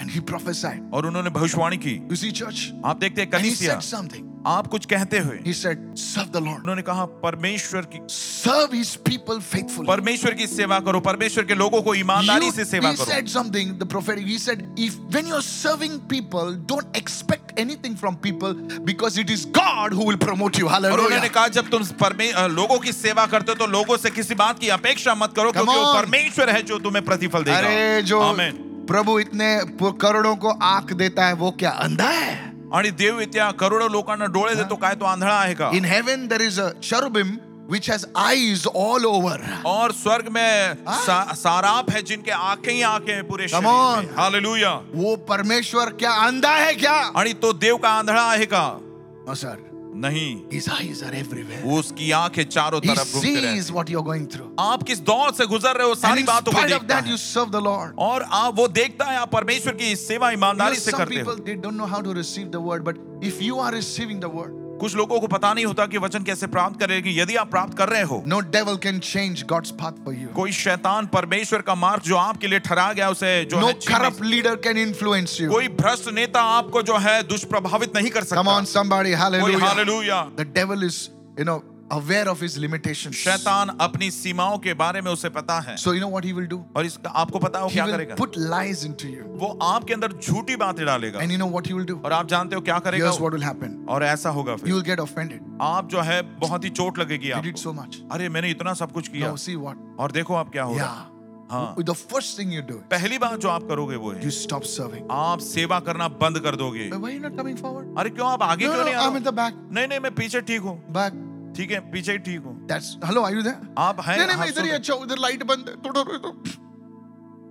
S1: and he prophesied.
S2: और उन्होंने भविष्यवाणी की
S1: You see, church.
S2: आप देखते हैं
S1: And he
S2: कलीसिया
S1: said something.
S2: आप कुछ कहते हुए
S1: He said, "Serve the Lord.
S2: उन्होंने कहा परमेश्वर की
S1: Serve His people faithfully."
S2: परमेश्वर की सेवा करो परमेश्वर के लोगों को ईमानदारी
S1: You-
S2: से सेवा
S1: he
S2: करो
S1: said something. The prophetic. He said, "If when you're serving people, don't expect anything from people because it is God who will promote you."
S2: और उन्होंने
S1: Hallelujah.
S2: कहा जब तुम परमे अ, लोगों की सेवा करते हो तो लोगों से किसी बात की अपेक्षा मत करो क्योंकि वो
S1: on.
S2: परमेश्वर है जो तुम्हें प्रतिफल देगा
S1: अरे जो
S2: Amen.
S1: प्रभु इतने करोड़ों को आंख देता है वो क्या अंधा है
S2: आणि देव विद्या करोडो लोकांना डोळे देतो काय तो आंधळा आहे का
S1: हाँ। In heaven, there is a cherubim which has eyes all over.
S2: और स्वर्ग में सा, साराप है जिनके आंखें ही आंखें हैं पूरे
S1: हाँ। Come
S2: शरीर में
S1: on.
S2: हालेलुया
S1: वो परमेश्वर क्या अंधा है क्या?
S2: आणि तो देव का आंधळा आहे का
S1: No, sir.
S2: नहीं
S1: His eyes are everywhere.
S2: उसकी आंखें चारों
S1: He
S2: तरफ घूमती रहती
S1: sees what you're going through.
S2: आप किस दौर से गुजर रहे हो
S1: And
S2: सारी
S1: in
S2: बातों को
S1: spite of
S2: देखता
S1: that,
S2: है
S1: you serve the Lord.
S2: और आप वो देखता है आप परमेश्वर की सेवा
S1: You know,
S2: ईमानदारी से
S1: some
S2: करते हो
S1: people they don't know how to receive the word, but if you are receiving the word,
S2: कुछ लोगों को पता नहीं होता कि वचन कैसे प्राप्त करें लेकिन यदि आप प्राप्त कर रहे हो
S1: no devil can change God's path for you.
S2: कोई शैतान परमेश्वर का मार्ग जो आपके लिए ठहरा गया उसे जो
S1: No
S2: है छीन नहीं
S1: corrupt leader can influence you.
S2: कोई भ्रष्ट नेता आपको जो है दुष्प्रभावित नहीं कर
S1: Come
S2: सकता
S1: on, somebody,
S2: कोई
S1: hallelujah.
S2: Hallelujah
S1: The devil is, you know, aware of his limitations.
S2: शैतान अपनी सीमाओं के बारे में उसे पता है
S1: So you know what he will do?
S2: और इसका आपको पता हो
S1: He
S2: क्या
S1: will
S2: करेगा
S1: put lies into you.
S2: वो आपके अंदर झूठी बातें डालेगा
S1: And you know what he will do?
S2: और आप जानते हो क्या करेगा
S1: Here's
S2: वो?
S1: what will happen.
S2: और ऐसा होगा
S1: You
S2: फिर
S1: will get offended.
S2: आप जो है बहुत ही चोट लगेगी
S1: I
S2: आपको
S1: did so much.
S2: अरे मैंने इतना सब कुछ किया
S1: Now see what?
S2: और देखो आप क्या होगा
S1: Yeah.
S2: हाँ
S1: The first thing you do,
S2: पहली बात जो आप करोगे वो है
S1: you stop serving.
S2: आप सेवा करना बंद कर दोगे
S1: Why are you not coming forward?
S2: अरे क्यों आप आगे
S1: No,
S2: क्यों
S1: no,
S2: नहीं आ
S1: I'm in
S2: रहे
S1: the back.
S2: नहीं नहीं मैं पीछे ठीक हूँ
S1: Back.
S2: ठीक है पीछे ही ठीक हूँ
S1: That's hello. Are you there?
S2: आप हैं
S1: नहीं नहीं मैं
S2: आप
S1: इधर ही
S2: सुन-
S1: अच्छा हूँ, इधर लाइट बंद है थोड़ा रुको।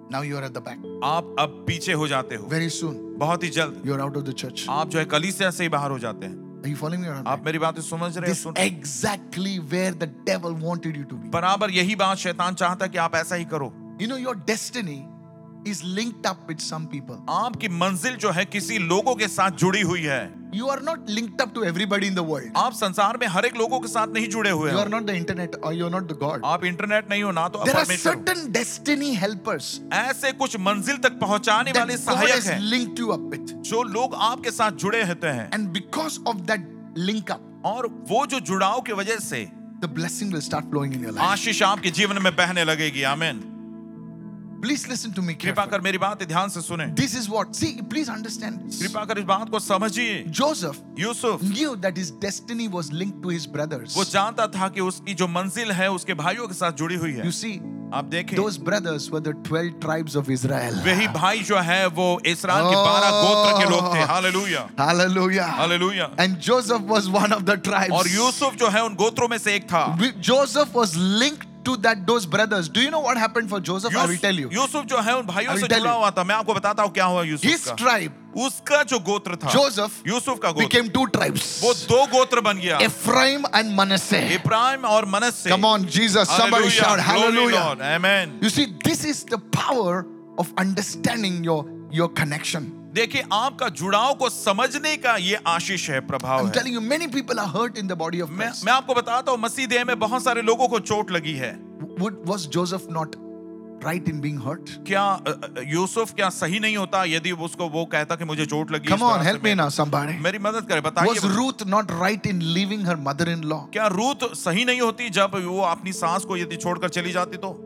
S1: Now you are at the back.
S2: आप अब पीछे हो जाते हो
S1: Very soon
S2: बहुत ही जल्द
S1: you are out of the church.
S2: आप जो है कलीसिया से ही बाहर हो जाते हैं
S1: Are you following me or not?
S2: आप मेरी बातें समझ रहे हो
S1: This
S2: soon
S1: exactly where the devil wanted you to be.
S2: बराबर यही बात शैतान चाहता है कि आप ऐसा ही करो
S1: You know your destiny is linked up with some people.
S2: आपकी मंजिल जो है किसी लोगों के साथ जुड़ी हुई है
S1: You are not linked up to everybody in the world.
S2: आप संसार में हर एक लोगों के साथ नहीं जुड़े हुए
S1: You are
S2: हो
S1: not the internet or you are not the God.
S2: आप इंटरनेट नहीं हो ना तो आप
S1: There are
S2: परमेश्वर हो।
S1: certain destiny helpers
S2: ऐसे कुछ मंजिल तक पहुंचाने
S1: that
S2: वाले
S1: God
S2: सहायक
S1: has
S2: हैं
S1: linked you up with.
S2: जो लोग आपके साथ जुड़े होते हैं
S1: And because of that link up,
S2: और वो जो जुड़ाव की वजह से
S1: the blessing will start flowing in your life.
S2: आशीष आपके जीवन में बहने लगेगी आमेन
S1: Please listen to me
S2: कृपा
S1: carefully.
S2: कर मेरी बात ध्यान से सुने
S1: This is what. See, please understand this.
S2: कृपा कर इस बात को समझिए
S1: Joseph
S2: Yusuf
S1: knew that his destiny was linked to his brothers.
S2: वो जानता था कि उसकी जो मंजिल है उसके भाइयों के साथ जुड़ी हुई है
S1: You see,
S2: आप देखें
S1: those brothers were the 12 tribes of Israel.
S2: वही भाई जो है वो इसराइल के
S1: Oh.
S2: बारह गोत्र के लोग थे hallelujah
S1: Hallelujah.
S2: Hallelujah
S1: And Joseph was one of the tribes.
S2: और यूसुफ जो है उन गोत्रों में से एक था
S1: We- Joseph was linked to that those brothers. Do you know what happened for Joseph? I will
S2: यूस-
S1: tell you.
S2: यूसुफ जो है उन
S1: I
S2: भाइयों
S1: will
S2: से
S1: tell
S2: जुड़ा
S1: you.
S2: हुआ था मैं आपको बताता हूँ क्या हुआ
S1: His
S2: यूसुफ का
S1: tribe
S2: उसका जो गोत्र था
S1: Joseph
S2: यूसुफ का गोत्र
S1: became two tribes.
S2: वो दो गोत्र बन गया
S1: Ephraim and Manasseh.
S2: इब्राहिम और Manasseh
S1: Come on, Jesus. Somebody shout hallelujah.
S2: Amen
S1: You see, this is the power of understanding your, your connection.
S2: देखिए आपका जुड़ाव को समझने का ये आशीष है प्रभाव
S1: I'm
S2: है
S1: telling you, many people are hurt in the body of
S2: मैं
S1: Christ.
S2: मैं आपको बताता हूँ मसीह देह में बहुत सारे लोगों को चोट लगी है
S1: Would, was Joseph not right in being hurt?
S2: क्या अ, अ, यूसुफ क्या सही नहीं होता यदि उसको वो कहता कि मुझे चोट लगी
S1: Come
S2: इस
S1: on,
S2: तरह से
S1: help me
S2: मैं-
S1: now, somebody.
S2: मेरी मदद करे
S1: Was
S2: बताइए
S1: Ruth not right in leaving her mother in law?
S2: क्या रूत सही नहीं होती जब वो अपनी सास को यदि छोड़कर चली जाती तो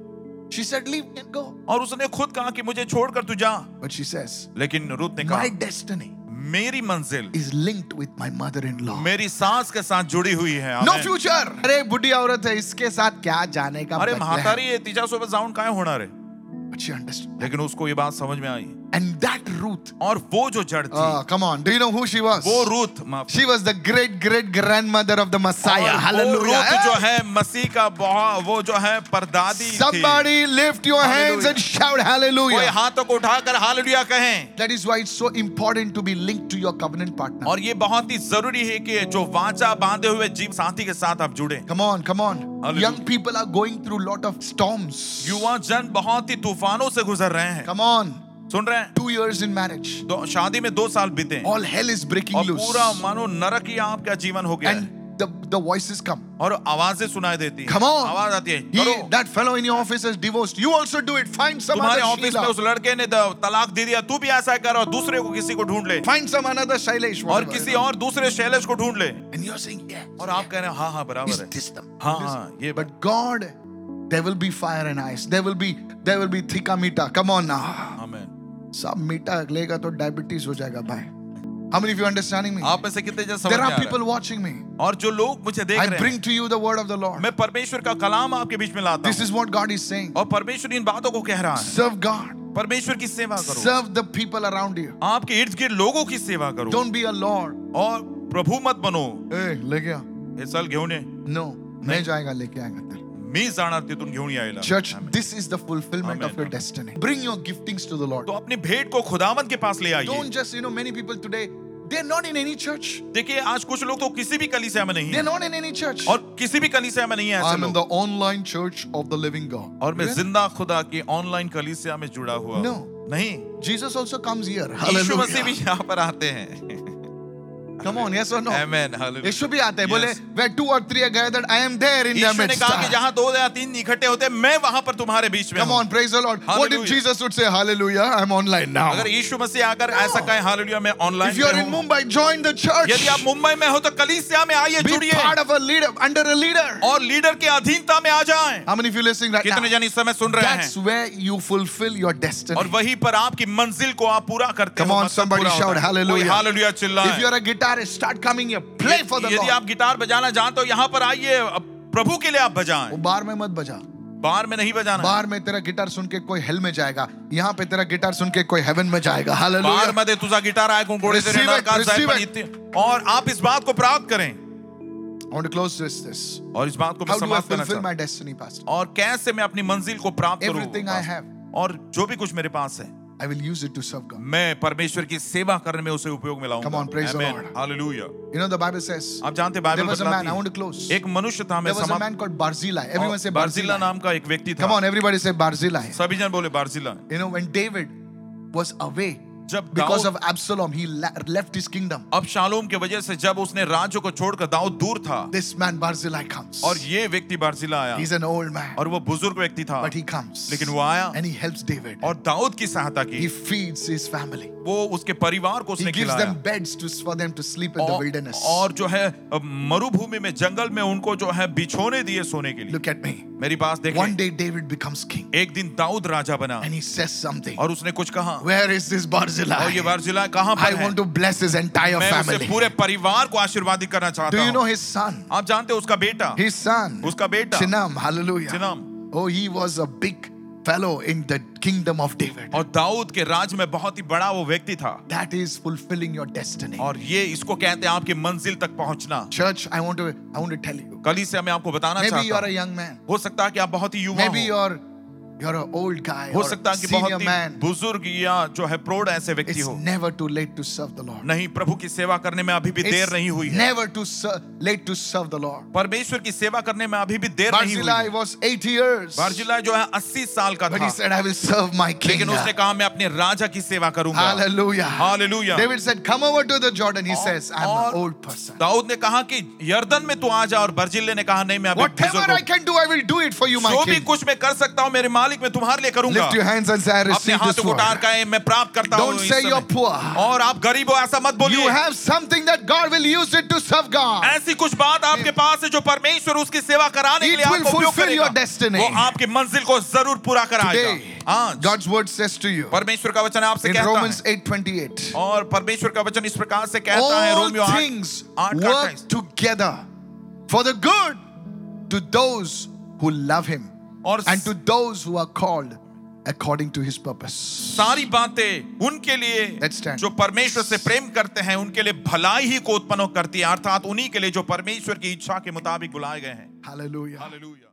S1: She said, Leave me and go.
S2: और उसने खुद कहा कि मुझे छोड़कर तू जा
S1: But she says,
S2: लेकिन रूत ने
S1: My
S2: कहा
S1: destiny
S2: मेरी मंजिल
S1: is linked with my mother in law.
S2: मेरी सास के साथ जुड़ी हुई है
S1: नो
S2: आमेन।
S1: फ्यूचर अरे बुढ़ी औरत है इसके साथ क्या जाने का
S2: अरे
S1: मतलब है?
S2: महातारी ये तिजासोबत जाऊन काय होणार आहे
S1: But she understood.
S2: लेकिन उसको ये बात समझ में आई
S1: And that Ruth,
S2: और वो जो जड़ थी
S1: oh, come on, do you know who she was?
S2: वो रूत माफ
S1: She was the great great grandmother of the Messiah.
S2: और वो रूत जो
S1: Hallelujah.
S2: है मसीह का बहु- वो जो है परदादी थी।
S1: Somebody lift your hands
S2: Hallelujah.
S1: and shout
S2: कोई
S1: hallelujah.
S2: हाथों को उठाकर हालेलुया कहें
S1: That is why it's so important to be linked to your covenant partner.
S2: और ये बहुत ही जरूरी है कि जो वाचा बांधे हुए जीव साथी के साथ आप जुड़े
S1: Come on, come on.
S2: Hallelujah.
S1: Young people are going through lot of storms.
S2: युवा जन बहुत ही तूफानों से गुजर रहे हैं
S1: Come on.
S2: सुन रहे हैं
S1: Two years in marriage.
S2: दो, शादी में दो साल बीते हैं
S1: All hell is breaking
S2: और
S1: loose.
S2: पूरा मानो नरक ही आपका जीवन हो गया है
S1: And the, the voices come.
S2: और आवाजें सुनाई देती हैं
S1: Come on.
S2: आवाज आती है
S1: He-
S2: करो
S1: that fellow in your office has divorced. You also do it. Find some
S2: तुम्हारे
S1: other
S2: ऑफिस में उस
S1: Sheila.
S2: लड़के ने द- तलाक दे दिया तू भी ऐसा कर और दूसरे को किसी को ढूंढ ले
S1: Find some another Shailesh.
S2: और
S1: whatever.
S2: किसी और दूसरे शैलेश को ढूंढ ले
S1: And you're saying, yeah.
S2: और आप कह रहे हो हाँ हाँ
S1: Is
S2: बराबर है
S1: this the?
S2: हाँ हाँ ये
S1: But God, there will be fire and ice. There will be there will be thika mita. Come on now.
S2: Amen
S1: सब मीठा लेगा तो diabetes हो जाएगा भाई. How many of you understanding me?
S2: आप में से कितने जन समझ
S1: There
S2: में आ
S1: are
S2: रहा है?
S1: people watching me.
S2: और जो लोग मुझे देख
S1: I
S2: रहे हैं
S1: bring to you the word of the Lord.
S2: मैं परमेश्वर का कलाम आपके बीच में लाता
S1: This
S2: हूँ
S1: is what God is saying.
S2: और परमेश्वर इन बातों को कह रहा है
S1: Serve God.
S2: परमेश्वर की सेवा करो
S1: Serve the people around you.
S2: आपके इर्द गिर्द लोगों की सेवा करो
S1: Don't be a lord.
S2: और प्रभु मत बनो
S1: Hey, ले गया.
S2: हे साल घेऊन ये.
S1: No, मैं जाएगा लेके आएगा तेरे.
S2: मी जाणार तिथून घेऊन यायला
S1: Church, this is the fulfillment
S2: Amen.
S1: of your destiny. Bring your giftings to the Lord.
S2: तो अपनी भेंट को खुदावन के पास ले आइए
S1: Don't just, you know, many people today, they're not in any church.
S2: देखिए आज कुछ लोग तो किसी भी कलीसिया में नहीं
S1: They're
S2: है
S1: not in any church.
S2: और किसी भी कलीसिया में नहीं है ऐसे
S1: I'm in
S2: लोग
S1: the online church of the living God.
S2: और मैं
S1: Yeah.
S2: जिंदा खुदा की ऑनलाइन कलीसिया में जुड़ा हुआ हूं।
S1: No.
S2: नहीं
S1: Jesus also comes here.
S2: यीशु मसीह भी
S1: Hallelujah.
S2: यहाँ पर आते हैं
S1: Come on, yes or no?
S2: Amen. Hallelujah.
S1: यीशु भी आते हैं
S2: Yes.
S1: बोले where two or three are gathered I am there in their
S2: यीशु ने
S1: midst
S2: कहा कि जहां दो या तीन इकट्ठे होते हैं, मैं वहां पर तुम्हारे बीच में
S1: Come
S2: हूं।
S1: on, praise the Lord. What if
S2: Hallelujah.
S1: Jesus would say hallelujah I'm online now?
S2: अगर यीशु मसीह आकर ऐसा कहे हालेलुया मैं
S1: If you are
S2: online
S1: in Mumbai join the church.
S2: यदि आप मुंबई में हो तो कलीसिया में आइए
S1: Be
S2: जुड़िए
S1: part of a leader under a leader.
S2: और लीडर के अधीनता में आ जाएं
S1: How many of you listening right
S2: कितने
S1: now?
S2: जन इस समय सुन रहे
S1: That's
S2: हैं
S1: where you fulfill your destiny.
S2: और वहीं पर आपकी मंजिल को आप पूरा करते
S1: Come
S2: हो
S1: on,
S2: मतलब
S1: somebody
S2: पूरा होता
S1: shout
S2: है। कोई
S1: hallelujah.
S2: Hallelujah चिल्लाएं
S1: If you are a guitarist, start coming here. Play for the
S2: यदि
S1: Lord.
S2: आप गिटार बजाना जानते हो यहाँ पर आइए अब प्रभु के लिए आप
S1: वो
S2: बजाएं
S1: बार में मत बजा
S2: बाहर में नहीं बजाना
S1: बार में तेरा गिटार सुन के कोई हेल में जाएगा यहाँ पे तेरा गिटार सुन के कोई हेवन में जाएगा
S2: बाहर
S1: हालेलुया
S2: मध्ये तुझा गिटार आहे कुंकोडे
S1: Receive it, receive it.
S2: और आप इस बात को प्राप्त करें
S1: I want to close this this.
S2: और इस बात को मैं
S1: How do I
S2: समाप्त करना
S1: fulfill
S2: चाहता
S1: my destiny, Pastor?
S2: हूं। और कैसे मैं अपनी मंजिल को प्राप्त करूं
S1: Everything I have.
S2: और जो भी कुछ मेरे पास है
S1: I will use it to serve God.
S2: मैं परमेश्वर की सेवा करने में उसे उपयोग में
S1: Come on, praise the Lord.
S2: Hallelujah
S1: You know the Bible says
S2: आप जानते हैं,
S1: there
S2: Bible
S1: was a man. I want to
S2: बताती
S1: close.
S2: है, एक मनुष्य था मैं
S1: There was a man called Barzillai. Everyone say
S2: बारजिला
S1: Barzillai.
S2: नाम का एक व्यक्ति
S1: Come
S2: था
S1: on, everybody say Barzillai.
S2: सभी जन बोले Barzillai
S1: You know when David was away
S2: जब
S1: because
S2: Daud
S1: of Absalom, he la- left his kingdom.
S2: Absalom के वजह से जब उसने राज्य को छोड़कर दाऊद दूर था
S1: This man Barzillai comes.
S2: और ये व्यक्ति बारजिला आया
S1: He's an old man,
S2: और वो बुजुर्ग व्यक्ति था
S1: but he comes.
S2: लेकिन वो आया
S1: And he helps David.
S2: और दाऊद की सहायता
S1: He
S2: की
S1: feeds his family.
S2: वो उसके परिवार को
S1: He
S2: उसने
S1: gives
S2: खिलाया
S1: them beds to, for them to sleep in the
S2: और,
S1: wilderness.
S2: और जो है अब मरुभूमि में जंगल में उनको जो है बिछोने दिए सोने के लिए
S1: Look at me.
S2: मेरी पास
S1: One
S2: देखें
S1: day David becomes king
S2: एक दिन दाऊद राजा बना
S1: and he says something.
S2: और उसने कुछ कहा
S1: Where is this
S2: और ये
S1: Barzillai?
S2: बारजिला कहाँ
S1: I
S2: पर है
S1: want to bless his entire
S2: मैं उसे
S1: family.
S2: पूरे परिवार को आशीर्वादित करना
S1: Do
S2: चाहता
S1: you know
S2: हूँ
S1: his son?
S2: आप जानते हो उसका बेटा
S1: His son,
S2: उसका बेटा
S1: Chinam, hallelujah.
S2: Chinam.
S1: Oh, he was a big fellow in the kingdom of David.
S2: और दाऊद के राज में बहुत ही बड़ा वो व्यक्ति था
S1: That is fulfilling your destiny.
S2: और ये इसको कहते हैं आपकी मंजिल तक पहुंचना
S1: Church, I want to I want to tell you.
S2: कल से मैं आपको बताना
S1: Maybe you
S2: चाहता
S1: are a
S2: हूं
S1: young man.
S2: हो सकता है कि आप बहुत ही युवा
S1: Maybe
S2: हो
S1: you're you're an old guy
S2: हो
S1: or
S2: सकता है कि
S1: senior
S2: बहुत ही
S1: man.
S2: बुजुर्ग या जो है प्रौढ़ ऐसे व्यक्ति
S1: It's
S2: हो
S1: never too late to serve the Lord.
S2: नहीं प्रभु की सेवा करने में अभी भी देर
S1: It's
S2: नहीं हुई है
S1: never too ser- late to serve the Lord.
S2: परमेश्वर की सेवा करने में अभी भी देर नहीं हुई
S1: Barzillai
S2: है।
S1: was 80 years.
S2: बार्जिला जो है 80 साल का
S1: But
S2: था
S1: he said, I will serve my king.
S2: लेकिन उसने कहा मैं अपने राजा की सेवा करूंगा
S1: Hallelujah.
S2: Hallelujah.
S1: David said, Come over to the Jordan. He
S2: और-
S1: says, I'm
S2: और-
S1: an old person.
S2: दाऊद ने कहा कि यर्दन में तू आ जा और बर्जिले ने कहा नहीं मैं अभी
S1: Whatever
S2: बुजुर्ग हूं।
S1: I can do, I will do it for you, my
S2: जो भी
S1: king.
S2: कुछ मैं कर सकता हूँ मेरे मालिक मैं तुम्हारे लिए करूंगा
S1: Lift your hands and say, I
S2: अपने
S1: receive this
S2: हाथों को उठार
S1: word.
S2: का है, मैं प्राप्त करता हूँ
S1: Don't
S2: इस
S1: say
S2: समय।
S1: you're poor.
S2: और आप गरीब हो ऐसा मत
S1: You
S2: बोलिए
S1: have something that God will use it to serve God.
S2: ऐसी कुछ बात आपके पास है जो परमेश्वर उसकी सेवा कराने
S1: हाँ।
S2: के
S1: It
S2: लिए
S1: will
S2: आपको उपयोग
S1: fulfill
S2: करेगा
S1: your destiny.
S2: वो आपकी मंजिल को जरूर पूरा कराएगा
S1: Today,
S2: आज
S1: God's word says to you
S2: परमेश्वर का वचन आपसे
S1: in
S2: कहता
S1: Romans
S2: है
S1: 8:28.
S2: और परमेश्वर का वचन इस प्रकार से कहता है
S1: All
S2: रोमियो आठ-
S1: things
S2: आठ का
S1: work
S2: अट्ठाईस।
S1: together for the good to those who love Him
S2: और
S1: and to those who are called according to His purpose.
S2: सारी बातें उनके
S1: Let's
S2: लिए
S1: stand.
S2: जो परमेश्वर से प्रेम करते हैं उनके लिए भलाई ही को उत्पन्न करती है अर्थात उन्हीं के लिए जो परमेश्वर की इच्छा के मुताबिक बुलाए गए हैं
S1: Hallelujah.
S2: हालेलुया